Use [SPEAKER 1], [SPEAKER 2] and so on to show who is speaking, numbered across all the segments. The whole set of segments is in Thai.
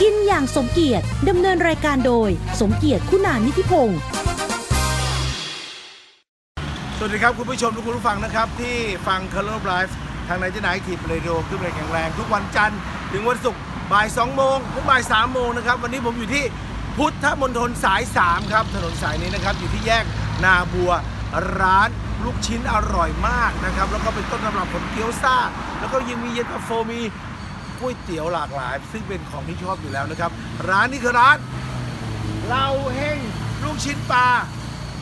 [SPEAKER 1] กินอย่างสมเกียรติดำเนินรายการโดย สมเกียรติคุณานิธิพงศ์
[SPEAKER 2] สวัสดีครับ คุณผู้ชมทุกคุณผู้ฟังนะครับ ที่ฟัง c o l o r Live ทางไหนจะไหนทีเรดิโอขึ้นไปแข็งแรง ทุกวันจันทร์ถึงวันศุกร์บ่าย2โมงถึงบ่าย3โมงนะครับ วันนี้ผมอยู่ที่พุทธมณฑลสาย 3 ครับ ถนนสายนี้นะครับ อยู่ที่แยกนาบัวร้านลูกชิ้นอร่อยมากนะครับ แล้วก็เป็นต้นตำรับผลเกี๊ยวซ่า แล้วก็ยังมีเย็นตาโฟมีก๋วยเตี๋ยวหลากหลาย ซึ่งเป็นของที่ชอบอยู่แล้วนะครับร้านนี้คือร้าน เราเฮ้งลูกชิ้นปลา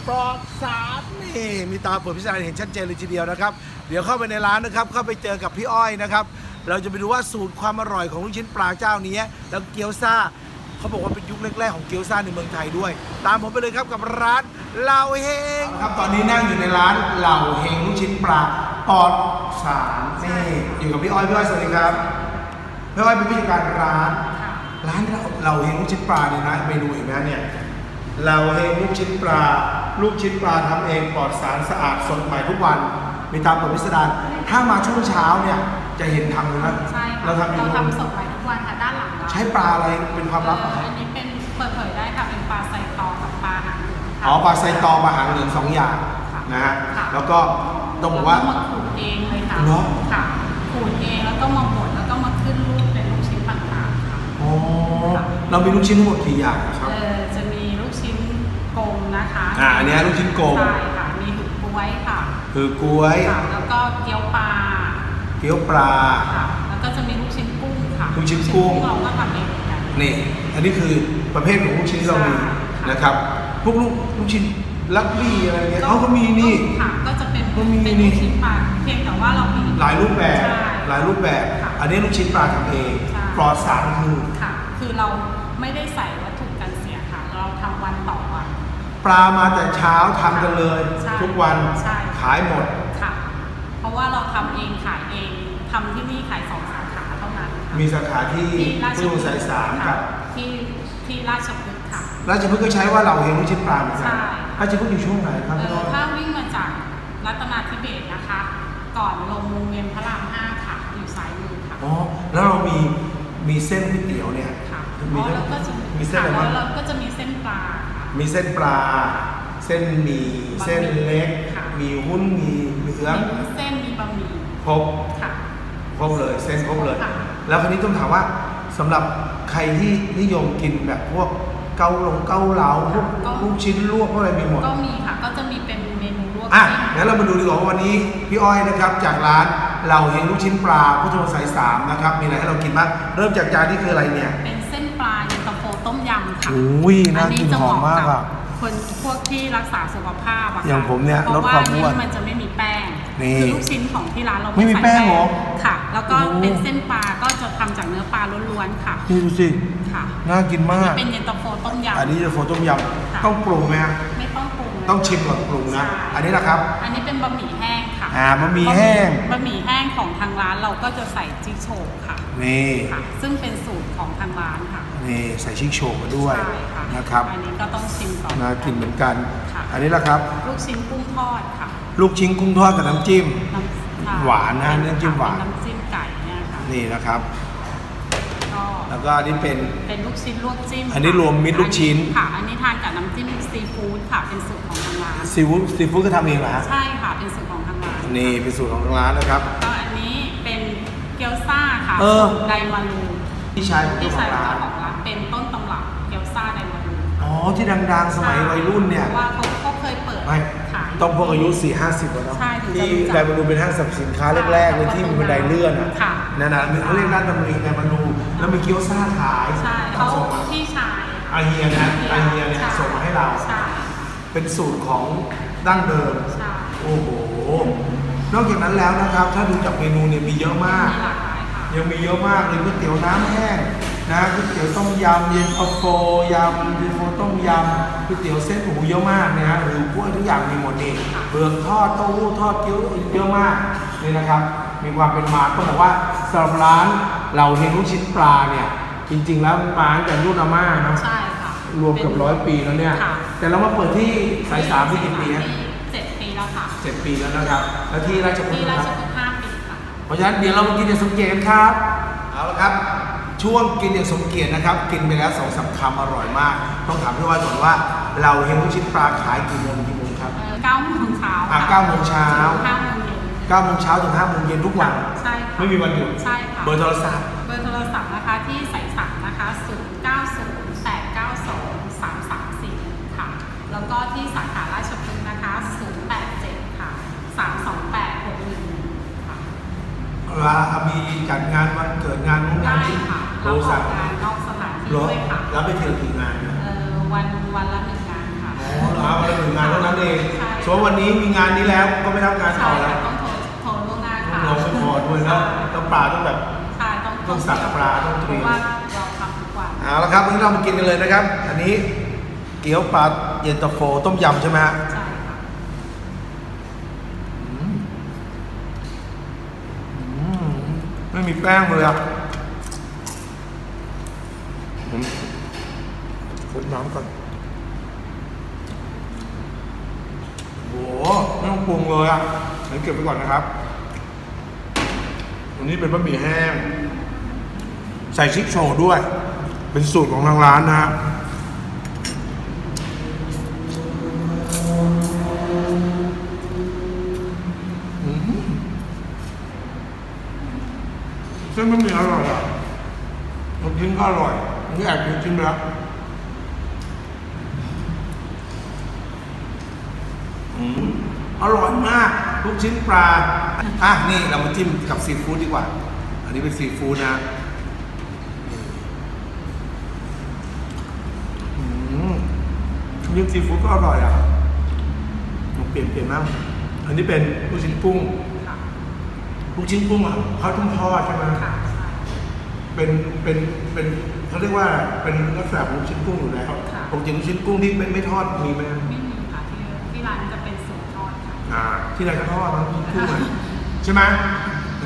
[SPEAKER 2] ปลอกสามนี่มีตาเปิดพิจารณาเห็นชัดเจนเลยทีเดียวนะครับ เดี๋ยวเข้าไปในร้านนะครับ เข้าไปเจอกับพี่อ้อยนะครับ เราจะไปดูว่าสูตรความอร่อยของลูกชิ้นปลาเจ้านี้แล้วเกี๊ยวซ่าเขาบอกว่าเป็นยุคแรกๆของเกี๊ยวซ่าในเมืองไทยด้วย ตามผมไปเลยครับกับร้านเหล่าเฮงครับตอนนี้นั่งอยู่ในร้านเหล่าเฮงลูกชิ้นปลาปอดสามนี่อยู่กับพี่อ้อยพี่อ้อยสวัสดีครับพี่อ้อยเป็นผู้จัดการร้าน ร้านเราเราเฮงลูกชิ้นปลาเนี่ยนะเมนูเห็นไหมเนี่ยเราเฮงลูกชิ้นปลา ลูกชิ้นปลาทำเองปลอดสารสะอาดสดใหม่ทุกวัน มีตามกฎพิสดารถ้ามาช่วงเช้าเนี่ยจะเห็นทำเลยนะ
[SPEAKER 3] ใช่ค่ะ
[SPEAKER 2] เราทำอยู่
[SPEAKER 3] เราทำสดใหม่ทุกวันค่ะด้านหลังเรา
[SPEAKER 2] ใช้ปลาอะไรเป็นความลับ
[SPEAKER 3] เอ่ออันนี้เป็นเปิดเผยได้ค่ะเป็นปลาไซตองกับปลาหางเหลืงค่ะ
[SPEAKER 2] อ๋อปลาไซตองปลาหางเหลืองสองอย่าง
[SPEAKER 3] ค่ะ
[SPEAKER 2] นะฮะแล้วก็ต้องบอกว่า
[SPEAKER 3] เรก็มขูดเองเลยค่ะ
[SPEAKER 2] เหรอ
[SPEAKER 3] ค่ะขูดเองแล้วก็มาบดแล้วก็มาขึ้นรูปเป็นลูกชิ้นต่างๆค่ะ
[SPEAKER 2] อ๋อเรามีลูกชิ้นทั้งหมดกี่อย่างครับ
[SPEAKER 3] เออจะมีลูกชิ้นกลมนะคะ
[SPEAKER 2] อ่าอันนี้ลูกชิ้นกลม
[SPEAKER 3] ใช่ค่ะมีหึกล้วยค่ะ
[SPEAKER 2] คือกล้วย
[SPEAKER 3] ค่ะ แล้วก็เกี๊ยวปลา
[SPEAKER 2] เกี๊ยวปลา
[SPEAKER 3] ค่ะ แล้วก็จะมีลูกชิ้นกุ้งค่ะ
[SPEAKER 2] ลูกชิ้นกุ้ง
[SPEAKER 3] เราก็ทำเองเหมือนกัน
[SPEAKER 2] นี่อันนี้คือประเภทของลูกชิ้นที่เรามี
[SPEAKER 3] ใช่
[SPEAKER 2] นะครับ พวกลูกลูกชิ้นลักบี้อะไรเงี้ยเขาก็มีนี่
[SPEAKER 3] ค่ะก็จะเป็น
[SPEAKER 2] ก็มี
[SPEAKER 3] เป็น
[SPEAKER 2] นี่
[SPEAKER 3] ลูกชิ้นปลาเพียงแต่ว่าเรามี
[SPEAKER 2] หลายรูปแบบ
[SPEAKER 3] ใช่
[SPEAKER 2] หลายรูปแบบ
[SPEAKER 3] ค่ะ
[SPEAKER 2] อันนี้ลูกชิ้นปลาทำเอง
[SPEAKER 3] ใช่
[SPEAKER 2] ปลอดสารคือ
[SPEAKER 3] ค่ะ คือเราไม่ได้ใส่วัตถุกันเสียค่ะ เราทำวันต่อวัน
[SPEAKER 2] ปลามาแต่เช้าทำกันเลย
[SPEAKER 3] ใช่
[SPEAKER 2] ทุกวัน
[SPEAKER 3] ใช่
[SPEAKER 2] ขายหมด
[SPEAKER 3] ค่ะ เพราะว่าเราทำเองขายเองทำที่นี่ขายสองสาขาเท่านั้นค่ะ
[SPEAKER 2] มีสาขาที่
[SPEAKER 3] ที่ราช
[SPEAKER 2] พุทธ
[SPEAKER 3] พฤก
[SPEAKER 2] สาย
[SPEAKER 3] ษ์
[SPEAKER 2] สามกั
[SPEAKER 3] ค่ะ
[SPEAKER 2] บ
[SPEAKER 3] ที่ที่ราชพฤกษ์ค่ะ
[SPEAKER 2] ราชพฤกษ์ก็ใช้ว่าเราเห็นลูกชิ้นปลาเหมือนกัน
[SPEAKER 3] ใช่
[SPEAKER 2] ราชพฤกษ์อยู่ช่วงไหนครับ
[SPEAKER 3] เอ
[SPEAKER 2] พี่น้
[SPEAKER 3] อ
[SPEAKER 2] อง
[SPEAKER 3] ถ้าวิ่งมาจากรัตนาธิเบศรนะคะ ก่อนลงวงเวียนพระรามห้าค่ะอยู่ซ้ายมือค่ะ
[SPEAKER 2] อ๋อแล้วเรามีมีเส้นก๋วยเตี๋ยวเนี่ย
[SPEAKER 3] ค่ะ
[SPEAKER 2] มี
[SPEAKER 3] อ๋อ
[SPEAKER 2] ทั้ง
[SPEAKER 3] แล้วก็จะ
[SPEAKER 2] มีเส้นอะไรบ้าง
[SPEAKER 3] แล้วเราก็จะมีเส้นปลาค่ะ
[SPEAKER 2] มีเส้นปลา เส้นหมี่เส้นเล็ก
[SPEAKER 3] ค่ะ
[SPEAKER 2] มีหุ้น มีเหลือง
[SPEAKER 3] มีเส้นมีบะหมี่
[SPEAKER 2] ครบ
[SPEAKER 3] ค่ะ
[SPEAKER 2] ครบเลย เส้นครบเลย
[SPEAKER 3] ค่ะ
[SPEAKER 2] แล้วคราวนี้ต้องถามว่าสำหรับใครที่นิยมกินแบบพวกเกาหลงเกาเหลาพวกลูกชิ้นลวกพวกอะไรมีหมด
[SPEAKER 3] ก็มีค่ะ ก็จะมีเป็นเมนูลวก
[SPEAKER 2] อ่ะ
[SPEAKER 3] จิ้ม
[SPEAKER 2] งั้นเรามาดูดีกว่าว่าวันนี้พี่อ้อยนะครับ จากร้านเราเห็นลูกชิ้นปลาผู้ชมสายสามนะครับ มีอะไรให้เรากินบ้างเริ่มจากจานนี้คืออะไรเนี่ย
[SPEAKER 3] เป็นเส้นปลาเย็นตาโฟต้มยำค่ะ
[SPEAKER 2] อุ้ยน่ากินห
[SPEAKER 3] จะเห
[SPEAKER 2] อม
[SPEAKER 3] มาะ
[SPEAKER 2] มาก
[SPEAKER 3] กั
[SPEAKER 2] อ่ะ
[SPEAKER 3] บคนพวกที่รักษาสุขภาพอะค่ะ
[SPEAKER 2] อย่างผมเนี่ยล
[SPEAKER 3] พระ
[SPEAKER 2] ดความอ้วน
[SPEAKER 3] มันจะไม่มีแป้ง
[SPEAKER 2] นี่
[SPEAKER 3] คือลูกชิ้นของที่ร้านเรา
[SPEAKER 2] ไม่มี
[SPEAKER 3] ใส่
[SPEAKER 2] แป้งเหรอ
[SPEAKER 3] ค่ะ แล้วก็
[SPEAKER 2] โอ้
[SPEAKER 3] เป็นเส้นปลาก็จะทำจากเนื้อปลาล้วนๆค่ะ
[SPEAKER 2] นี่ดูสิ
[SPEAKER 3] ค่ะ
[SPEAKER 2] น่ากินมาก
[SPEAKER 3] เป็นเย็นตาโฟต้มยำ
[SPEAKER 2] อันนี้จะโฟต้มยำ
[SPEAKER 3] ค่ะ
[SPEAKER 2] ต้องปรุงไหมฮะ
[SPEAKER 3] ไม่ต้องปรุง
[SPEAKER 2] ต้องชิมก่อนปรุงนะ
[SPEAKER 3] ใช่
[SPEAKER 2] อันนี้นะครับ
[SPEAKER 3] อันนี้เป็นบะหมี่แห้งค่ะ
[SPEAKER 2] อ่าบะหมี่แห้ง
[SPEAKER 3] บะหมี่แห้งของทางร้านเราก็จะใส่จิ๊กโฉกค่ะ
[SPEAKER 2] นี่
[SPEAKER 3] ค่ะ ซึ่งเป็นสูตรของทางร้านค่ะ
[SPEAKER 2] นี่ใส่ชิคโชว์มาด้วย
[SPEAKER 3] ใช่ค่ะ
[SPEAKER 2] นะครับ
[SPEAKER 3] อันนี้ก็ต้องชิมก่อน
[SPEAKER 2] น่ากินเหมือนกัน
[SPEAKER 3] ค่ะ
[SPEAKER 2] อันนี้ละครับ
[SPEAKER 3] ลูกชิ้นกุ้งทอดค่ะ
[SPEAKER 2] ลูกชิ้นกุ้งทอดกับน้ำจิ้ม
[SPEAKER 3] น้ำค่ะ
[SPEAKER 2] หวานนะน้ำจิ้มหวาน
[SPEAKER 3] เป็น้ำจิ้มไก่เนี่ยค่ะ
[SPEAKER 2] นี่นะครับ
[SPEAKER 3] ก็
[SPEAKER 2] แล้วก็อันนี้เป็น
[SPEAKER 3] เป็นลูกชิ้นลวกจิ้ม
[SPEAKER 2] อันนี้รวมมิตรลูกชิ้น
[SPEAKER 3] ค่ะ อันนี้ทานกับน้ำจิ้มซีฟู้ดค่ะ เป็นสูตรของทางร้าน
[SPEAKER 2] ซีฟู้ดซีฟู้ดก็ทำเองเหรอฮะ
[SPEAKER 3] ใช่ค่ะ เป็นสูตรของทางร้าน
[SPEAKER 2] นี่เป็นสูตรของทางร้านนะครับ
[SPEAKER 3] ก็อันนี้เป็นเกี๊ยวซ่าค่ะ
[SPEAKER 2] เออ
[SPEAKER 3] สูตรไดมารู
[SPEAKER 2] พี่ชายของ
[SPEAKER 3] ที่
[SPEAKER 2] เจ้าข
[SPEAKER 3] ใช้
[SPEAKER 2] อง
[SPEAKER 3] ของ
[SPEAKER 2] ร้าน
[SPEAKER 3] เจ้าของร้านเป็นต้นตำรับเกี๊ยวซ่าไดมารู
[SPEAKER 2] อ๋อที่ดังๆ สมัยวัยรุ่นเนี่ย
[SPEAKER 3] พราะว่าเขาก็เคยเปิด
[SPEAKER 2] ไม่
[SPEAKER 3] ขาย
[SPEAKER 2] ต้องพวกอายุ 4 5 0แล้วเนาะ
[SPEAKER 3] ใช่ถึงจะ
[SPEAKER 2] ที่
[SPEAKER 3] รู้จัก
[SPEAKER 2] ไดมารูเป็นห้างสรรพสินค้าแรกๆเลยที่มีบันไดเลื่อนอ่ะ
[SPEAKER 3] ค่ะ
[SPEAKER 2] นั่นนะมีเขาเรียกร้านดำริไดมารูแล้วมีเกี๊ยวซ่าขาย
[SPEAKER 3] ใช่เขา
[SPEAKER 2] ส่งมา
[SPEAKER 3] พี่ชาย
[SPEAKER 2] อาเฮียนะอาเฮียเนี่ย
[SPEAKER 3] ใช่
[SPEAKER 2] ส่งมาให้เรา
[SPEAKER 3] ใช่
[SPEAKER 2] เป็นสูตรของดั้งเดิม
[SPEAKER 3] ใช่
[SPEAKER 2] โอ้โห นอกจากนั้นแล้วนะครับ ถ้าดูจากเมนูเนี่ยมีเยอะมาก
[SPEAKER 3] มีหลากหลายค่ะ
[SPEAKER 2] ยังมีเยอะมากเลยก๋วยเตี๋ยวน้ำแห้งนะก๋วยเตี๋ยวต้มยำเย็นตาโฟยำเย็นตาโฟต้มยำก๋วยเตี๋ยวเส้นหมูเยอะมากนะฮะหรือพวกทุกอย่างมีหมดเองเบือกทอดเต้าหู้ทอดเกี๊ยวเยอะมากนี่นะครับ มีความเป็นมาก็แต่ว่าสำหรับร้านเราเฮงลูกชิ้นปลาเนี่ยจริง ๆ แล้วมาตั้งแต่รุ่นอาม่าเนอะ
[SPEAKER 3] ใช่ค่ะ
[SPEAKER 2] รวมเกับร้อยปีแล้วเนี่ย
[SPEAKER 3] ค่ะ
[SPEAKER 2] แต่เรามาเปิดที่สายสามที่กี่ปีฮะ
[SPEAKER 3] เจ็ดปีแล้วค่ะ
[SPEAKER 2] เจ็ดปีแล้วนะครับแล้วที่ราชพฤก
[SPEAKER 3] ที่
[SPEAKER 2] ษ์
[SPEAKER 3] รา
[SPEAKER 2] นะค
[SPEAKER 3] ช
[SPEAKER 2] รับ
[SPEAKER 3] พฤกษ์ห้าปีค่ะ
[SPEAKER 2] เพราะฉะนั้นเดี๋ยวเรามากินเดี๋ยวสังเกตกันครับ เอาละครับ ช่วงกินอย่างสมเกียรตินะครับ กินไปแล้วสองสามคำอร่อยมาก ต้องถามพี่อ้อยก่อนว่า เราเฮงลูกชิ้นปลาขายกี่โมงถึงกี่โมงครับ
[SPEAKER 3] เอ่อเก้าโมงเช้า
[SPEAKER 2] อ่ะ
[SPEAKER 3] ค่ะ
[SPEAKER 2] เก้าโมงเช้า
[SPEAKER 3] ถึงห้าโมงเย็น
[SPEAKER 2] เก้าโมงเช้าถึงห้าโมงเย็นทุกวัน
[SPEAKER 3] ใช่ค่ะ
[SPEAKER 2] ไม่มีวันหยุด
[SPEAKER 3] ใช่ค่ะ
[SPEAKER 2] เบอร์โทรศัพท์
[SPEAKER 3] เบอร์โทรศัพท์นะคะที่ใส่สั่งนะคะ 0 9 0 8 9 2 3 3 4 ค่ะ แล้วก็ที่สาขาราชพฤกษ์นะคะ 0 8 7 ค่ะ 3 2 8 6 1ค่ะ
[SPEAKER 2] ลามีจัดงานวันเกิดงานของงา
[SPEAKER 3] ได้
[SPEAKER 2] นที่
[SPEAKER 3] ค่ะ
[SPEAKER 2] โร
[SPEAKER 3] เราอ
[SPEAKER 2] สั
[SPEAKER 3] อก กงานนอกสถานที่
[SPEAKER 2] เหรอ
[SPEAKER 3] ด้วยค่ะ
[SPEAKER 2] แล้วไปเที่ยวกี่งานนะ
[SPEAKER 3] เอ่อวันวันละหนึ่งงานค่ะ
[SPEAKER 2] อ๋อเหรอวันละหนึ่งงานเท่านั้นเอง
[SPEAKER 3] ใช่
[SPEAKER 2] ส่วนวันนี้มีงานนี้แล้วก็ไม่รับงานต่อ
[SPEAKER 3] ใช่
[SPEAKER 2] แล้
[SPEAKER 3] ค่ะ
[SPEAKER 2] ว
[SPEAKER 3] ต้องโทรโท
[SPEAKER 2] เราไม่พอ
[SPEAKER 3] รล่วงหน้าค่ะ
[SPEAKER 2] ด้วยแล้วต้องปลาต้องแบบ
[SPEAKER 3] ค่ะต้อง
[SPEAKER 2] ต้องสั่งปลาต้องเตรียม
[SPEAKER 3] เพราะว่าเราทำทุกวัน
[SPEAKER 2] เอาละครับวันนี้เรามากินกันเลยนะครับ อันนี้เกี๊ยวปลาเย็นตาโฟต้มยำใช่ไหมฮะ
[SPEAKER 3] ใช่ค่ะ
[SPEAKER 2] อืมไม่มีแป้งเลยอ่ะอืมคดน้ำก่อนโหไม่ต้องปรุงเลยอ่ะเดี๋ยวเก็บไว้ก่อนนะครับวันนี้เป็นบะหมี่แห้ง ใส่ชิคโชว์ด้วย เป็นสูตรของทางร้านนะฮะ เส้นบะหมี่อร่อยอ่ะลูกชิ้นก็อร่อยนี่แอบกินชิ้นไปแล้วอืมอร่อยมาก ลูกชิ้นปลา อ่ะ นี่เรามาจิ้มกับซีฟู้ดดีกว่า อันนี้เป็นซีฟู้ดนะอืมยิ่งซีฟู้ดก็อร่อยอ่ะลองเปลี่ยนเปลี่ยนบ้างอันนี้เป็นลูกชิ้นกุ้ง
[SPEAKER 3] ค่ะ
[SPEAKER 2] ลูกชิ้นกุ้งอ่ะเขาต้องทอดใช่ไหม
[SPEAKER 3] ค่ะใช่
[SPEAKER 2] เป็นเป็นเป็นเขาเรียกว่าเป็นลักษณะของลูกชิ้นกุ้งอยู่แล้ว
[SPEAKER 3] ค่ะ
[SPEAKER 2] ปกติลูกชิ้นกุ้งที่ไม่ไม่ทอดมีไหม
[SPEAKER 3] ไม่มีค่ะที่ที่ร้านจะเป็นสูตรทอดค่ะ
[SPEAKER 2] อ่า ที่ไหนก็ทอดนะลูกชิ้นกุ้งอะใช่ไหม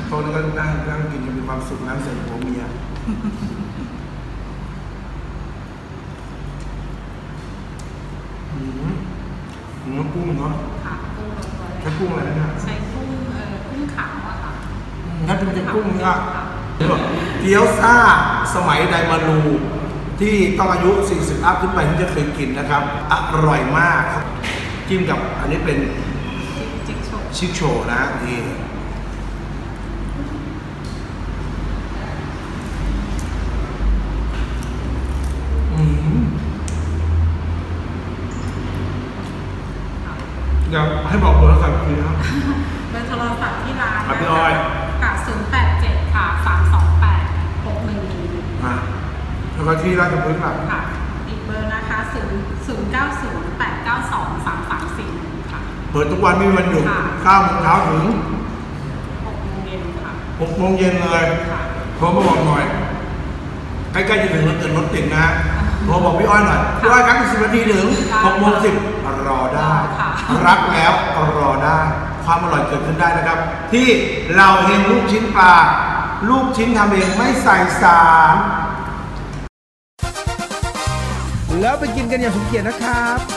[SPEAKER 2] โตนก็นั่งนั่งกินจะมีความสุขนั่งเสร็จหัว เมียอืมอืมกุ้งเนาะ
[SPEAKER 3] ค่ะกุ้งตั
[SPEAKER 2] ใช้กุ้ง
[SPEAKER 3] วเล็
[SPEAKER 2] อะไรนะเนี่ย
[SPEAKER 3] ใช้กุ้งเอ่อกุ้งขาวอะค่ะ
[SPEAKER 2] ถ้าเป็นจะกุ้งเนี่ย เกี๊ยวซ่าสมัยไดมารูที่ต้องอายุ 40 อัพขึ้นไปถึงจะเคยกินนะครับ อร่อยมากครับจิ้มกับอันนี้เป็น
[SPEAKER 3] จิ๊กจิ๊กโชว์
[SPEAKER 2] ชิคโชนะนี่อืม
[SPEAKER 3] ค่ะ
[SPEAKER 2] เดี๋ยวให้บอกเบอร์สักทีนะครับ
[SPEAKER 3] เบอร์โทรศัพท์ที่ร้าน
[SPEAKER 2] ครับ
[SPEAKER 3] นะคะ
[SPEAKER 2] พี่อ้อย
[SPEAKER 3] ค่ะ087 ค่ะ 328 611
[SPEAKER 2] อ่ะแล้วก็ที่ราชพฤกษ์ครับ
[SPEAKER 3] ค่ะ อีกเบอร์นะคะ0 0 9 0 8 9 2 3 3 4ค่ะ
[SPEAKER 2] เปิดทุกวันไม่มีวันหยุด
[SPEAKER 3] ค่ะ
[SPEAKER 2] 9โมงเช้าถึง
[SPEAKER 3] 6โมงเย็นค่ะ
[SPEAKER 2] 6โมงเย็นเลย
[SPEAKER 3] ค่ะ
[SPEAKER 2] โทรมาบอกหน่อย ใกล้ๆจะถึงแล้วเกิดรถติดนะโทรบอกพี่อ้อยหน่อยพี่อ้อยครับอีกสิบนาทีถึงหกโมงสิบรอได้
[SPEAKER 3] ค่ะ
[SPEAKER 2] รักแล้วรอได้ ความอร่อยเกิดขึ้นได้นะครับ ที่เราเห็นลูกชิ้นปลา ลูกชิ้นทำเองไม่ใส่สาร แล้วไปกินกันอย่างสมเกียรตินะครับ